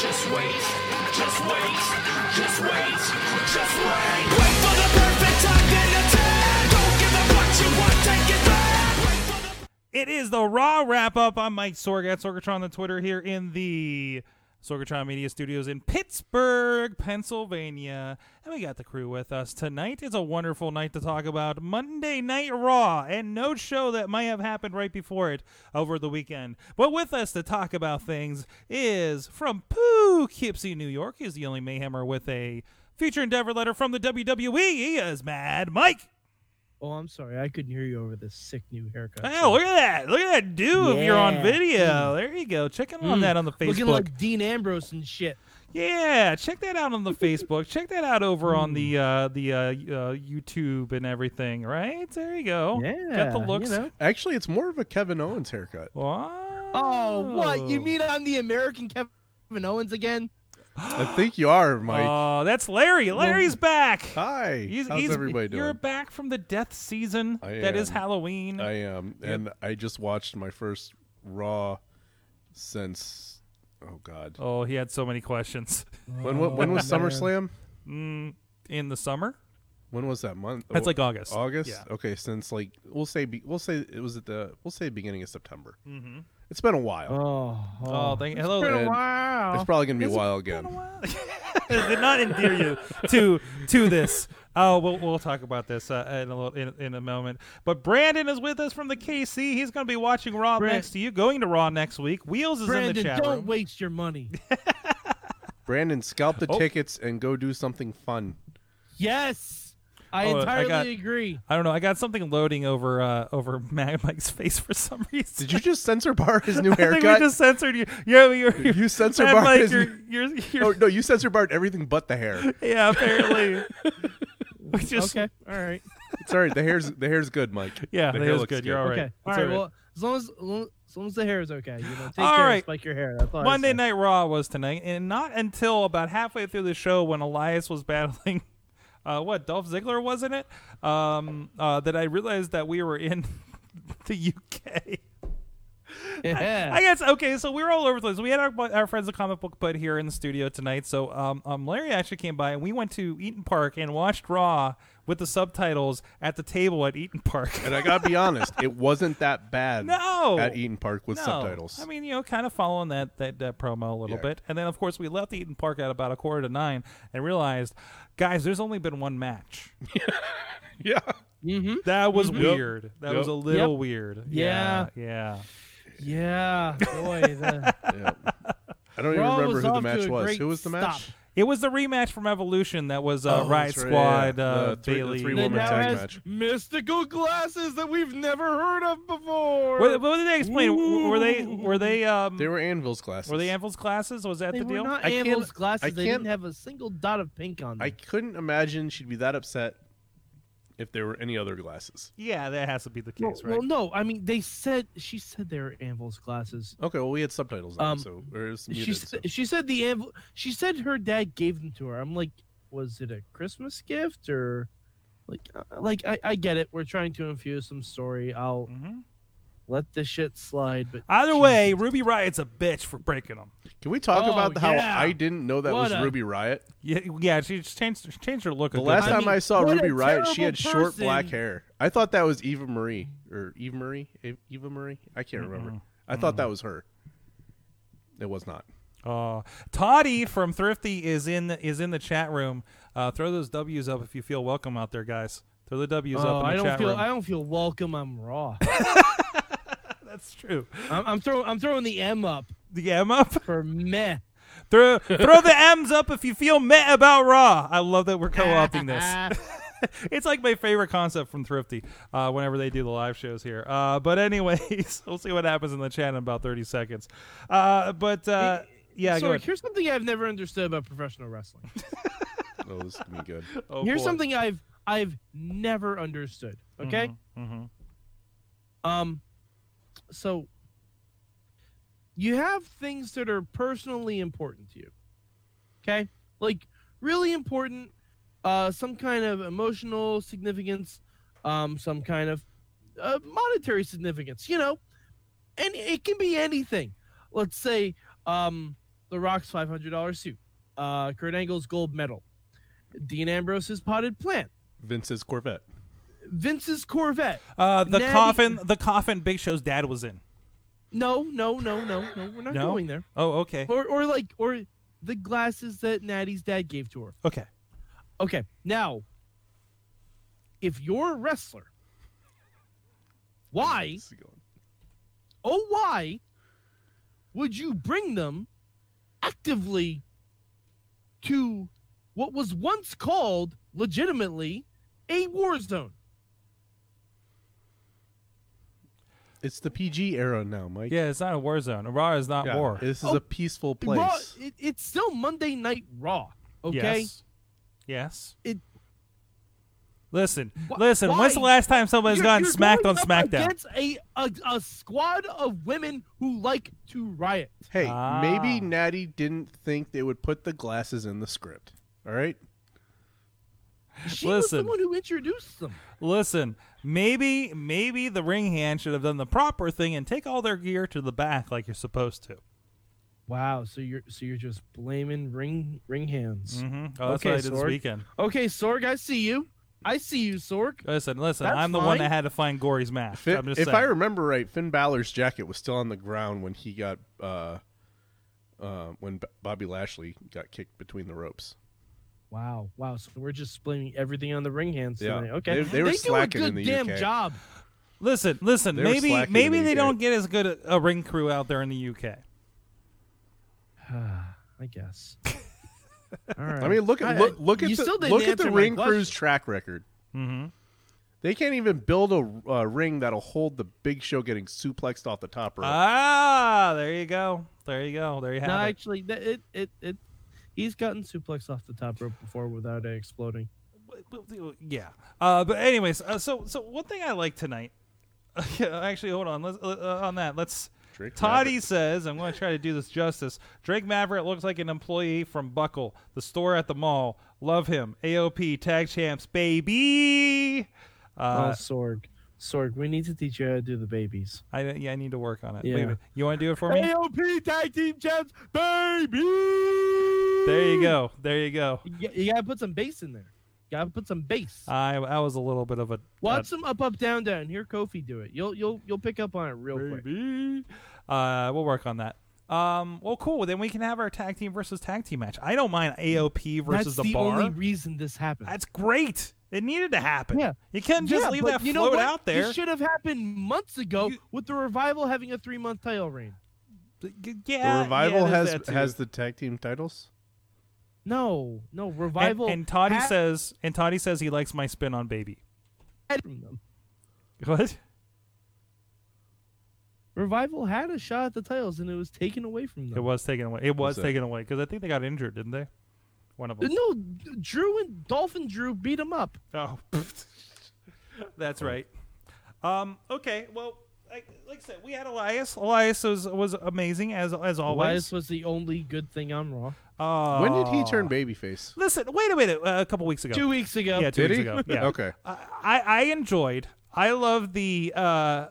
just wait, just wait, just wait, just wait. Wait for the perfect time then attack. Don't give up what you want, take it back. Wait for the It is the Raw wrap up. I'm Mike Sorg at Sorgatron on the Twitter here in the Sorgatron Media Studios in Pittsburgh, Pennsylvania. And we got the crew with us tonight. It's a wonderful night to talk about Monday Night Raw and no show that might have happened right before it over the weekend. But with us to talk about things is from Poughkeepsie, New York, is the only Mayhemmer with a future endeavor letter from the WWE. He is Mad Mike. Oh, I'm sorry. I couldn't hear you over this sick new haircut. Oh, look at that. Look at that dude if you're on Yeah. video. There you go. Check out on Mm. that on the Looking Facebook. like Dean Ambrose and shit. yeah, check that out on the Facebook. Check that out over on the uh the uh, uh YouTube and everything, right? There you go. Oh, Got Yeah, the you looks. know. Actually, it's more of a Kevin Owens haircut. Wow. Oh, what? You mean I'm the American Kevin Owens again? I think you are, Mike. Oh, that's Larry. Larry's back. Hi. He's, How's he's- everybody doing? You're back from the death season. That I is am. Halloween. I am, and I just watched my first Raw since. Oh God. oh, he had so many questions. When when, when Uh, was SummerSlam? Mm, in the summer? When was that month? Oh, That's like August. August. Yeah. Okay, since like we'll say be, we'll say it was at the we'll say beginning of September. Mm-hmm. It's been a while. Oh, Oh, thank Hello, been a Larry. Oh. wow. It's probably gonna be a while again. It did not endear you to to this. Oh, we'll, we'll talk about this uh, in a little in, in a moment. But Brandon is with us from the KC. He's going to be watching Raw Brand- next to you, going to Raw next week. Wheels is in the Brandon, chat don't room. waste your money. Brandon, scalp the Oh. tickets and go do something fun. yes, I Oh, I entirely got- agree. I don't know. I got something loading over uh, over Mad Mike's face for some reason. Did you just censor bar his new I haircut? think we just censored you. Yeah, you You censor Mad barred Mike, his- oh, you're, you're, you're, No, no, you censor barred everything but the hair. yeah, apparently. we just okay, all right. It's all right. The hair's the hair's good, Mike. yeah, The that hair is looks good. You're good. all right. Okay, It's all right. Well, as long as, as long as the hair is okay, you know, take All care, right. spike your hair. That's all I Monday say. Night Raw was tonight, and not until about halfway through the show when Elias was battling, uh, what Dolph Ziggler wasn't it? Um, uh, that I realized that we were in the UK. Yeah. I guess okay, so we were all over the place. We had our, our friends at Comic Book Bud here in the studio tonight. So um, um, Larry actually came by, and we went to Eaton Park and watched Raw with the subtitles at the table at Eaton Park. And I gotta be honest, it wasn't that bad. No. at Eaton Park with No. subtitles. I mean, you know, kind of following that that, that promo a little Yeah. bit, and then of course we left Eaton Park at about a quarter to nine and realized, guys, there's only been one match. yeah, Mm-hmm. That was weird. That Yep. was a little Yep. weird. Yeah. yeah. yeah, boy, the, I don't even Raw remember was who the off to match a was. great Who was the match? stop. It was the rematch from Evolution that was uh, Oh, Riot that's right, Squad, yeah. uh, The three- the Bailey. They three-woman Woman now tag has match. mystical glasses that we've never heard of before. What, what did they explain? W- Were they were they um They were Anvil's classes. were they Anvil's classes? Was that They the were deal? not I can't- Anvil's glasses. I they didn't can't- have a single dot of pink on them. I couldn't imagine she'd be that upset if there were any other glasses. yeah, that has to be the well, case, well, right? no. I mean, they said she said they were Anvil's glasses. Okay, well we had subtitles on, Um, so or it was she muted, sa- so. she said the Anvil. She said her dad gave them to her. I'm like, was it a Christmas gift or? Like, uh, like I, I get it. We're trying to infuse some story. I'll hmm let this shit slide. But Either way, Ruby Riot's a bitch for breaking them. Can we talk Oh, about how yeah. I didn't know that What was a- Ruby Riot? Yeah, yeah. She just changed she changed her look. a The good last bit. I time mean, I saw what a Ruby Riot, she terrible had short black person. hair. I thought that was Eva Marie or Eva Marie, Eve- Eva Marie. I can't remember. I thought that was her. It was not. Uh, Toddy from Thrifty is in the, is in the chat room. Uh, throw those W's up if you feel welcome out there, guys. Throw the W's Oh, up in the I don't chat feel. room. I don't feel welcome. I'm raw. That's true. I'm, I'm throwing. I'm throwing the M up The M up. for meh. throw throw the M's up if you feel meh about Raw. I love that we're co-opting this. it's like my favorite concept from Thrifty. Uh, whenever they do the live shows here. Uh, but anyways, we'll see what happens in the chat in about thirty seconds. Uh, but uh, yeah, go Sorry, ahead. here's something I've never understood about professional wrestling. Oh, this is gonna be good. Oh, here's boy. Mm-hmm, something I've I've never understood. Okay. Mhm. Um. So you have things that are personally important to you. Okay? Like really important uh some kind of emotional significance, um some kind of uh, monetary significance, you know. And it can be anything. Let's say um The Rock's $500 suit, uh Kurt Angle's gold medal, Dean Ambrose's potted plant, Vince's Corvette. Vince's Corvette. Uh, the Natty- coffin, the coffin Big Show's dad was in. No, no, no, no, no. We're not No? going there. Oh, okay, Or, or like, or the glasses that Natty's dad gave to her. okay. Okay, now, if you're a wrestler, why, This is going- oh why, would you bring them actively to what was once called legitimately a war zone? It's the PG era now, Mike. Yeah, it's not a war zone. Raw is not Yeah, war. This is Oh, a peaceful place. Raw, it, it's still Monday Night Raw. Okay, Yes. Yes. It- Listen, Wh- listen. When's the why? last time someone's You're- gotten you're smacked on going up SmackDown? Against a, a a squad of women who like to riot. Hey, maybe Ah. Natty didn't think they would put the glasses in the script. All right. She was Listen. the one who introduced them. Listen, maybe maybe the ring hand should have done the proper thing and take all their gear to the back like you're supposed to. Wow, so you're so you're just blaming ring ring hands. Mm-hmm. hmm Oh, that's Okay, what I did this Sorg. weekend. Okay, Sorg, I see you. I see you, Sorg. Listen, listen. That's I'm the one fine. that had to find Gory's mask. Fi- I'm just if saying. I remember right, Finn Balor's jacket was still on the ground when he got uh, uh, when B- Bobby Lashley got kicked between the ropes. Wow, wow. So we're just blaming everything on the ring hands Yeah, tonight. Okay, they- they were slacking do a in good the damn UK. job. listen, listen. They were Maybe slacking maybe in the they UK. don't get as good a, a ring crew out there in the UK. I guess. All right. I mean, look at I- look, look you at the, still didn't look at the answer my ring question. crew's track record. Mm-hmm. They can't even build a uh, ring that'll hold the Big Show getting suplexed off the top rope. Ah, there you go. There you go. There you have No, it. actually, th- it it it. He's gotten suplex off the top rope before without it exploding. yeah. Uh, but anyways, uh, so so one thing I like tonight. actually, hold on. Let's uh, on that. Let's. Drake Toddy Maverick. says, "I'm going to try to do this justice." Drake Maverick looks like an employee from Buckle, the store at the mall. Love him. AOP tag champs, baby. oh, Uh, Sorg, Sorg, we need to teach you how to do the babies. I yeah, I need to work on it. Yeah. Wait a minute. You want to do it for me? AOP tag team champs, baby. There you go. There you go. You, g- you gotta put some bass in there. You gotta put some bass. I I was a little bit of a Watch some up, up, down, down. Hear Kofi do it. You'll you'll you'll pick up on it real quick. Baby. Uh, we'll work on that. Um, well, cool. Then we can have our tag team versus tag team match. I don't mind AOP versus That's the, bar. only reason this happened. That's great. It needed to happen. Yeah. You can't just Yeah, leave but that you know float what? out there. It should have happened months ago You- with the revival having a three month title reign. Y- The Yeah. revival yeah, there's has that too. has the tag team titles. No, no And- revival. And, Toddy had says, and Toddy says he likes my spin on baby. from them. What? Revival had a shot at the titles and it was taken away from them. It was taken away. It was that? taken away because I think they got injured, didn't they? One of them. No, Drew and Dolphin Drew beat him up. Oh, that's right. Um. Okay. Well, like, like I said, we had Elias. Elias was was amazing as as always. Elias was the only good thing on Raw. Uh, When did he turn babyface? Listen. Wait a minute. Uh, a couple weeks ago. Two weeks ago. Yeah. Two Did weeks he? ago. Yeah. Uh, Okay. I, I I enjoyed. I love the uh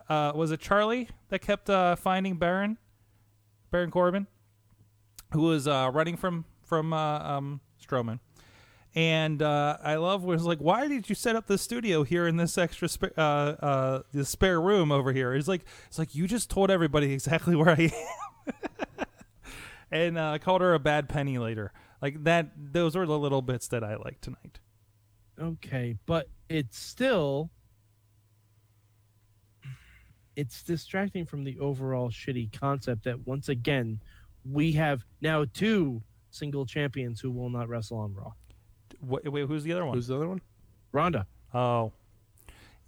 uh was it Charlie that kept uh finding Baron, Baron Corbin, who was uh running from from uh, um Strowman, and uh, I love was like why did you set up the studio here in this extra spa- uh uh this spare room over here? It's like it's like you just told everybody exactly where I am and uh, called her a bad penny later. Like that, those were the little bits that I liked tonight. Okay, but it's still it's distracting from the overall shitty concept that once again we have now two single champions who will not wrestle on Raw. Wh- wait, who's the other one? Who's the other one? Ronda. Oh.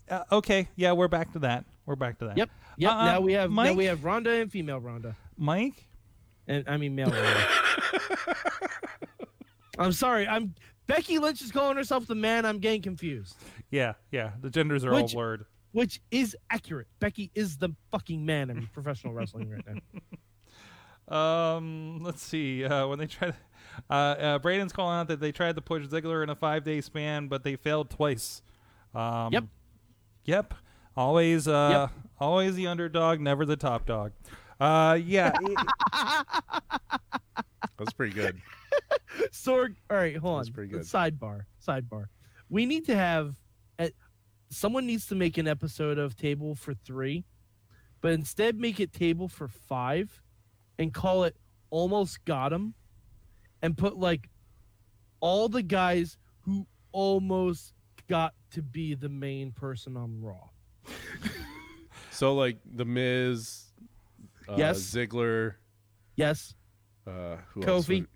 Uh, okay. Yeah, we're back to that. We're back to that. Yep. Yep. Uh, now we have now Mike? we have Ronda and female Ronda. Mike. And I mean male Ronda. I'm sorry. I'm Becky Lynch is calling herself the man. I'm getting confused. Yeah. Yeah. The genders are all Which- blurred. Which is accurate. Becky is the fucking man in professional wrestling right now. Um, let's see. Uh, when they tried, uh, uh, Braden's calling out that they tried to push Ziggler in a five day span, but they failed twice. Um, Yep. Yep. Always, uh, always the underdog, never the top dog. Uh, yeah. That's pretty good. Sorg. All right, hold That's on. pretty good. Sidebar. Sidebar. We need to have. uh, Someone needs to make an episode of Table for Three, but instead make it Table for Five, and call it Almost Got 'Em, and put like all the guys who almost got to be the main person on Raw. So like the Miz, uh, Yes. Ziggler, Yes. uh, who else Kofi. would-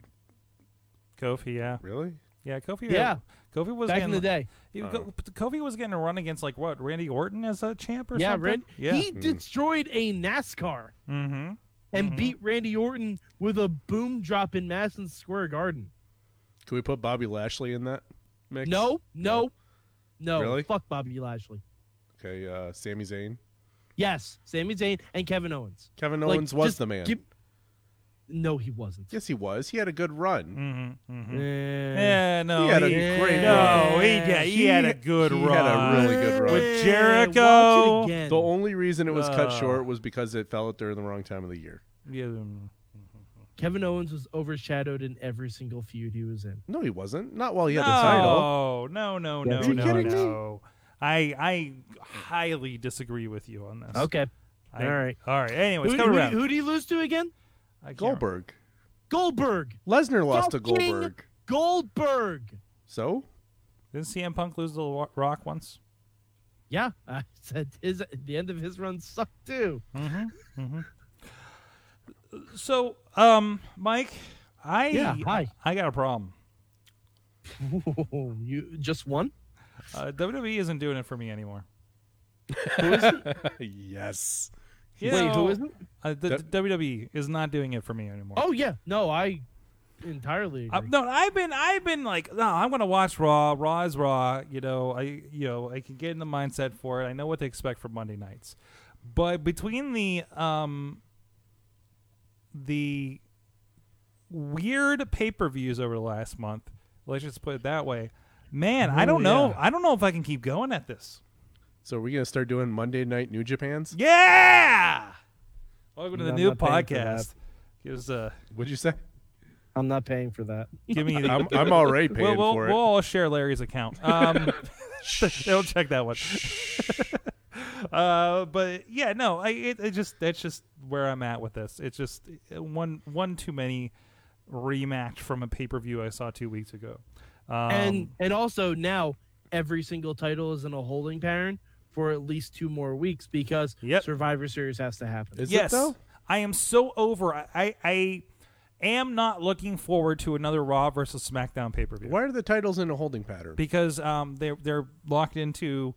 Kofi, yeah. Really? Yeah, Kofi. Yeah. Kofi was Back in getting, the day. He, Oh. Ko- Kofi was getting a run against like what Randy Orton as a champ or yeah, something. Rand- yeah, He Hmm. destroyed a NASCAR. mm-hmm. and beat Randy Orton with a boom drop in Madison Square Garden. Can we put Bobby Lashley in that mix? No, no, no. Really? Fuck Bobby Lashley. Okay, uh, Sami Zayn. Yes, Sami Zayn and Kevin Owens. Kevin Like, Owens was just the man. give- No, he wasn't. Yes, he was. He had a good run. Mm-hmm. Mm-hmm. Eh, Yeah, no, he had a he- great run. no, he, yeah, he, had a good he run. had a really good run. With watch Jericho. it again. The only reason it was cut Uh. short was because it fell at during the wrong time of the year. Yeah, mm. Kevin Owens was overshadowed in every single feud he was in. No, he wasn't. Not while he had the title. no, no, no, no, Are you no, kidding me? no. I I highly disagree with you on this. Okay, I- all right. all right. Anyways, Who, come who- around. who did he lose to again? I can't remember. Goldberg. Goldberg. Lesnar lost to Fucking Goldberg. Goldberg. So Didn't CM Punk lose to The Wa- Rock once? Yeah, I said his the end of his run sucked too. Mm-hmm, So, um, Mike, I Yeah, hi. I got a problem. you just one? Uh, WWE isn't doing it for me anymore. yes, You Wait, know, who isn't? Uh, the, That- the WWE is not doing it for me anymore. Oh yeah, no, I entirely Uh, agree. no, I've been, I've been like, no, I'm gonna watch Raw. Raw is Raw. You know, I, you know, I can get in the mindset for it. I know what to expect for Monday nights, but between the, um, the weird pay per views over the last month, let's just put it that way. Man, I Ooh, don't know. yeah. I don't know if I can keep going at this. So are we gonna start doing Monday Night New Japan's? Yeah. Welcome to No, the I'm new not paying for that. podcast. Gives uh, What'd you say? I'm not paying for that. give me the. I'm, I'm already we'll, paying we'll, for it. we'll all share Larry's account. Um, they'll check that one. uh, but yeah, no, I it, it just that's just where I'm at with this. It's just uh, one one too many rematch from a pay per view I saw two weeks ago. Um, and and also now every single title is in a holding pattern for at least two more weeks because Yep. Survivor Series has to happen. Is yes, it though? I am so over. I, I I am not looking forward to another Raw versus SmackDown pay per view. Why are the titles in a holding pattern? because um, they're they're locked into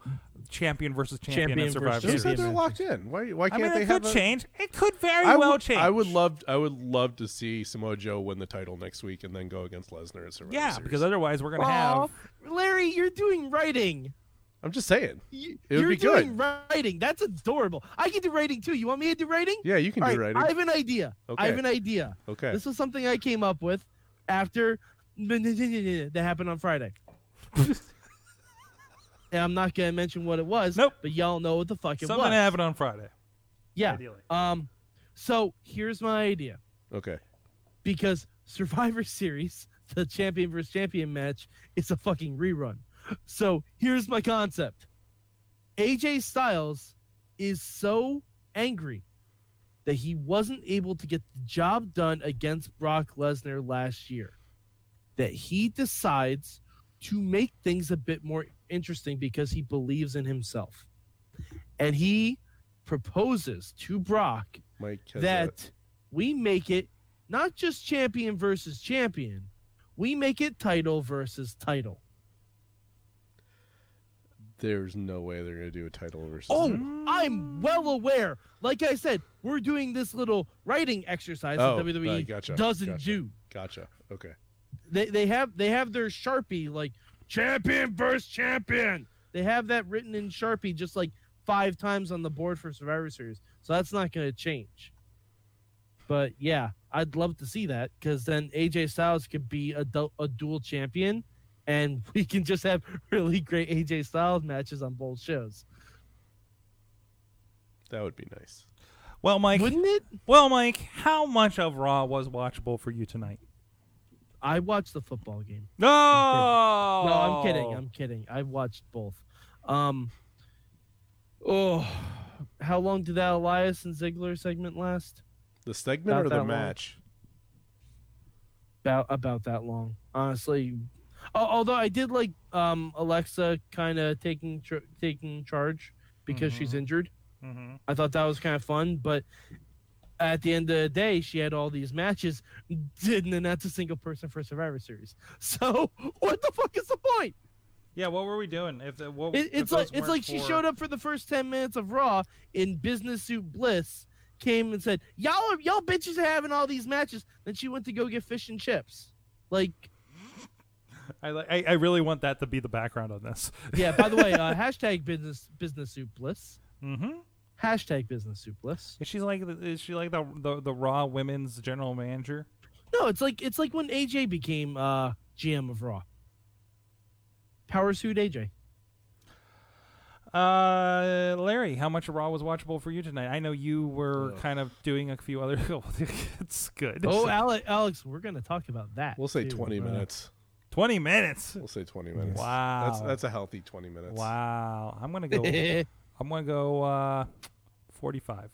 champion versus champion, Champion and Survivor versus You Series. said Champion. they're locked in. Why? Why I can't mean, they it have could a- change. It could very I well would, change. I would love. I would love to see Samoa Joe win the title next week and then go against Lesnar at Survivor Yeah, Series. because otherwise we're gonna Aw, have. Larry, you're doing writing. I'm just saying. You, It would are be doing good. writing. That's adorable. I can do writing too. You want me to do writing? Yeah, you can All do right, writing. I have an idea. I have Okay. an idea. okay. This was something I came up with after that happened on Friday. and I'm not gonna mention what it was. Nope. But y'all know what the fuck it Something was. happened on Friday. yeah. ideally. Um. So here's my idea okay. because Survivor Series, the champion versus champion match, is a fucking rerun. So here's my concept AJ Styles is so angry that he wasn't able to get the job done against Brock Lesnar last year that he decides to make things a bit more interesting because he believes in himself. And he proposes to Brock Mike. Has that we make it not just champion versus champion, we make it title versus title. a- there's no way they're gonna do a title versus. Oh, I'm well aware. Like I said, we're doing this little writing exercise Oh, that WWE I gotcha, doesn't gotcha. do. Gotcha. Okay. They they have they have their sharpie like champion versus champion. They have that written in sharpie just like five times on the board for Survivor Series. So that's not going to change. But yeah, I'd love to see that because then AJ Styles could be a, du- a dual champion, and we can just have really great AJ Styles matches on both shows, That would be nice. Well, Mike. wouldn't it? Well, Mike, how much of Raw was watchable for you tonight? I watched the football game. No. No, Oh. I'm kidding. I'm kidding. I watched both. Um, oh, how long did that Elias and Ziggler segment last? The segment Not or that the long. match? About about that long, honestly. Al- Although I did like um, Alexa kind of taking tr- taking charge because she's injured. hmm I thought that was kind of fun, but at the end of the day, she had all these matches, didn't announce a single person for Survivor Series. So what the fuck is the point? Yeah, what were we doing? If the, what, It, it's like it's like she showed up for the first ten minutes of Raw in business suit bliss, came and said, "Y'all are y'all bitches are having all these matches." Then she went to go get fish and chips. Like, I, li- I I really want that to be the background on this. yeah. By the way, uh, hashtag business business suit bliss. Mm-hmm. Hashtag business suit bliss. Is she like the, is she like the, the the Raw women's general manager? No, it's like it's like when AJ became uh, GM of Raw. Power suit AJ. Uh, Larry, how much of Raw was watchable for you tonight? I know you were Ugh. kind of doing a few other. oh, it's good. Oh, Alex, Alex, we're gonna talk about that. We'll say too, 20 uh, minutes. twenty minutes. We'll say 20 minutes. That's Wow. that's a healthy 20 minutes. Wow, I'm gonna go. I'm gonna go uh, forty-five.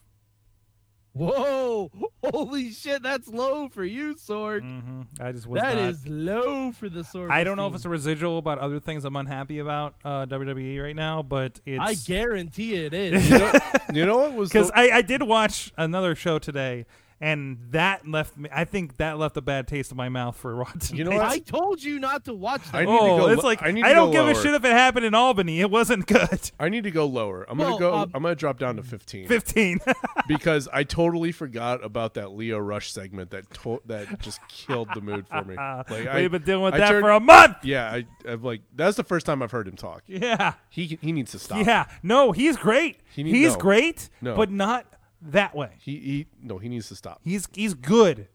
Whoa! Holy shit, that's low for you, Sorg. Mm-hmm. I just was That not- is low for the sword. I don't know if it's a residual about other things I'm unhappy about uh, WWE right now, but it's I guarantee it is. You know what was because the, I, I did watch another show today, and that left me. I think that left a bad taste in my mouth for Raw. Tonight. You know what? I told you not to watch I that. need to oh, go it's lo- like I I, need to don't go give a lower. shit if it happened in Albany. It wasn't good. I need to go lower. I'm Well, gonna go. uh, um, I'm gonna drop down to 15 Fifteen. because I totally forgot about that Leo Rush segment that to- that just killed the mood for me. Like I, We've been dealing with I that turned- for a month. yeah, I, I'm like that's the first time I've heard him talk. Yeah, He he needs to stop. yeah. No, he's great. Ah. He need- he's no. great, No. but not that way. He, he no he needs to stop. He's he's good,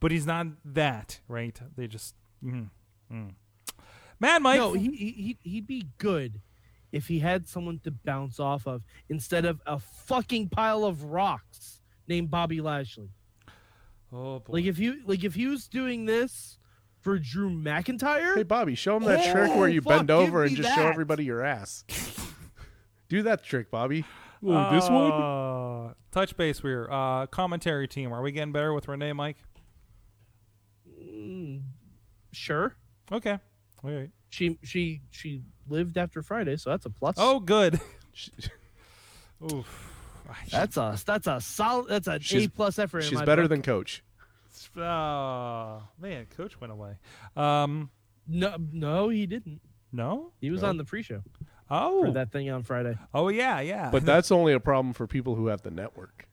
but he's not that right. They just mm, mm. Mad Mike. No, he, he he- he'd be good if he had someone to bounce off of instead of a fucking pile of rocks named Bobby Lashley. oh boy. Like if you like if he was doing this for Drew McIntyre, Hey Bobby, show him that Oh, trick where you fuck, bend give over me and just show that. everybody your ass. Do that trick, Bobby. this one. Uh, touch base. We're uh, commentary team. Are we getting better with Renee, Mike? sure. Okay. All right. She she she lived after Friday, so that's a plus. Oh, good. She, Oof. that's a that's a solid that's an She's- A plus effort. in she's my better book. than Coach. uh, Oh, man, Coach went away. Um, no no he didn't. no. He was No. on the pre-show for Oh. that thing on Friday. Oh yeah, yeah. But that's only a problem for people who have the network.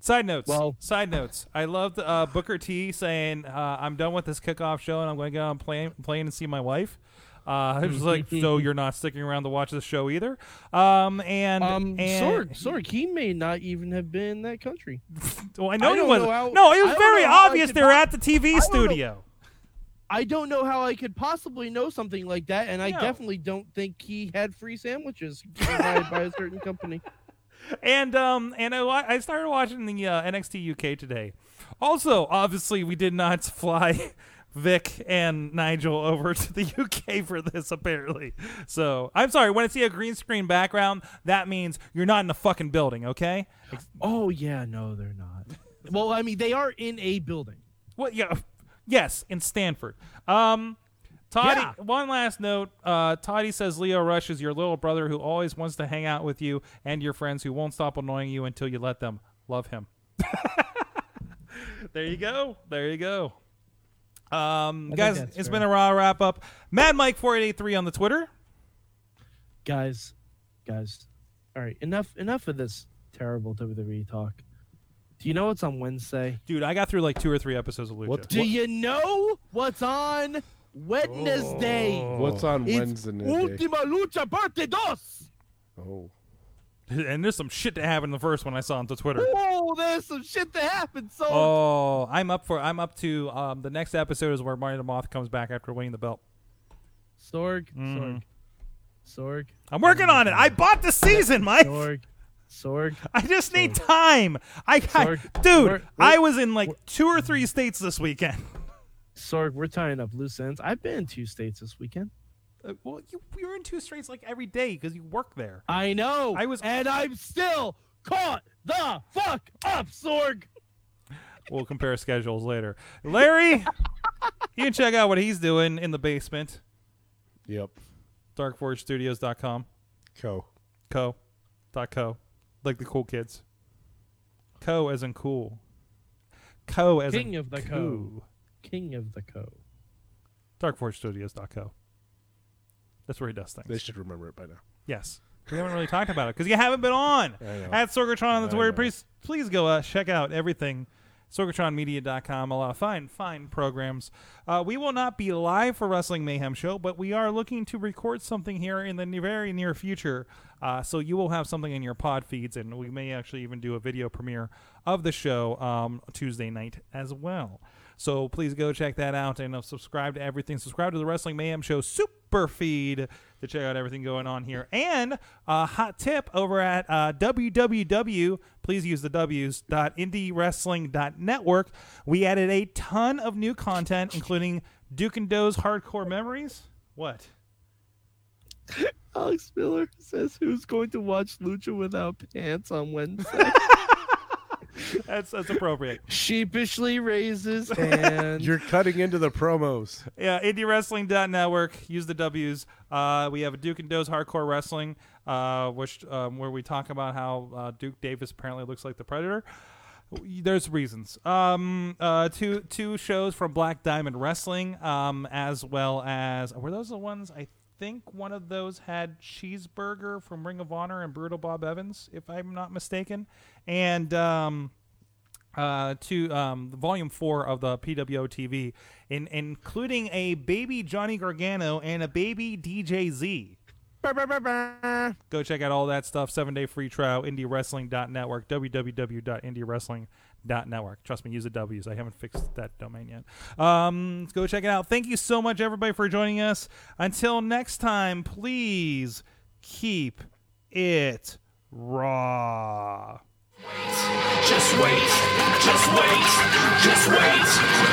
Side notes. Well- side notes. I loved uh, Booker T saying, uh, "I'm done with this kickoff show, and I'm going to go on plane plane and see my wife." Uh, I was like, Mm-hmm. "So you're not sticking around to watch this show either?" Um, and Um, and Sorg, Sorg, he may not even have been in that country. well, I know I he don't was. know how- no, it I was don't very know how I obvious could they were not- at the TV know- studio. I don't know how I could possibly know something like that, and I No. definitely don't think he had free sandwiches provided by a certain company. And um, and I, wa- I started watching the uh, NXT UK today. Also, obviously, we did not fly Vic and Nigel over to the UK for this. Apparently, so I'm sorry. When I see a green screen background, that means you're not in the fucking building. Okay? Oh yeah, no, they're not. Well, I mean, they are in a building. What? Yeah. Yes, in Stanford. Um, Toddy. Yeah. One last note. Uh, Toddy says Leo Rush is your little brother who always wants to hang out with you and your friends who won't stop annoying you until you let them. Love him. there you go. There you go. Um, think guys, that's it's fair. been a raw wrap up. Mad Mike four eight eight three on the Twitter. Guys, guys, all right, enough, enough of this terrible WWE talk. Do you know what's on Wednesday? Dude, I got through like two or three episodes of Lucha. What- Do you know what's on Wednesday? Oh. What's on It's Wednesday? Ultima Lucha Parte Dos. Oh, And there's some shit that happened in the first one I saw on the Twitter. Whoa, Oh, there's some shit that happened. So Oh, I'm up for I'm up to um, the next episode is where Marty the Moth comes back after winning the belt. Sorg, Mm. Sorg, I'm working on it. I bought the season, Mike. Sorg, Sorg, Sorg. I just need time. I, I Sorg, dude, we're- I was in like two or three states this weekend. Sorg, we're tying up loose ends. I've been in two states this weekend. Uh, Well, you you're in two states like every day because you work there. I know. I was- and I'm still caught the fuck up, Sorg. We'll compare schedules later. Larry, you can check out what he's doing in the basement. Yep. darkforgestudios.com Co. co dot co like the cool kids co as in cool co as King in of the coo. King of the Co. darkforgestudios.co that's where he does things They should remember it by now. yes we haven't really talked about it because you haven't been on I know. at sorgatron on the I twitter know. please please go uh, check out everything sorgatronmedia.com a lot of fine fine programs uh, we will not be live for wrestling mayhem show but we are looking to record something here in the ne- very near future uh, so you will have something in your pod feeds and we may actually even do a video premiere of the show um, tuesday night as well so please go check that out and uh, subscribe to everything subscribe to the wrestling mayhem show super feed to check out everything going on here and uh, hot tip over at uh, www please use the w's dot indiewrestling.network we added a ton of new content including duke and doe's hardcore memories what Alex Miller says, "Who's going to watch Lucha without pants on Wednesday?" that's that's appropriate Sheepishly raises hand. You're cutting into the promos. yeah indiewrestling.network use the w's uh, we have a duke and doe's hardcore wrestling uh, which um, where we talk about how uh, duke davis apparently looks like the predator there's reasons um uh two two shows from black diamond wrestling um as well as were those the ones i think one of those had cheeseburger from ring of honor and brutal bob evans if i'm not mistaken and um uh, to um, volume four of the PWO TV, in, including a baby Johnny Gargano and a baby DJ Z. Go check out all that stuff. Seven day free trial, indiewrestling.network, www.indiewrestling.network. Trust me, use the W's. I haven't fixed that domain yet. Um, let's go check it out. Thank you so much, everybody, for joining us. Until next time, please keep it raw. Just wait, just wait, just wait,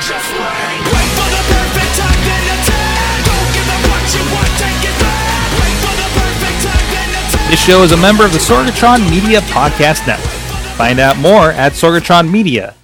just wait. Wait for the perfect time, then attack. Don't give up what you want, take it back. Wait for the perfect time, then attack. This show is a member of the Sorgatron Media Podcast Network. Find out more at sorgatronmedia.com.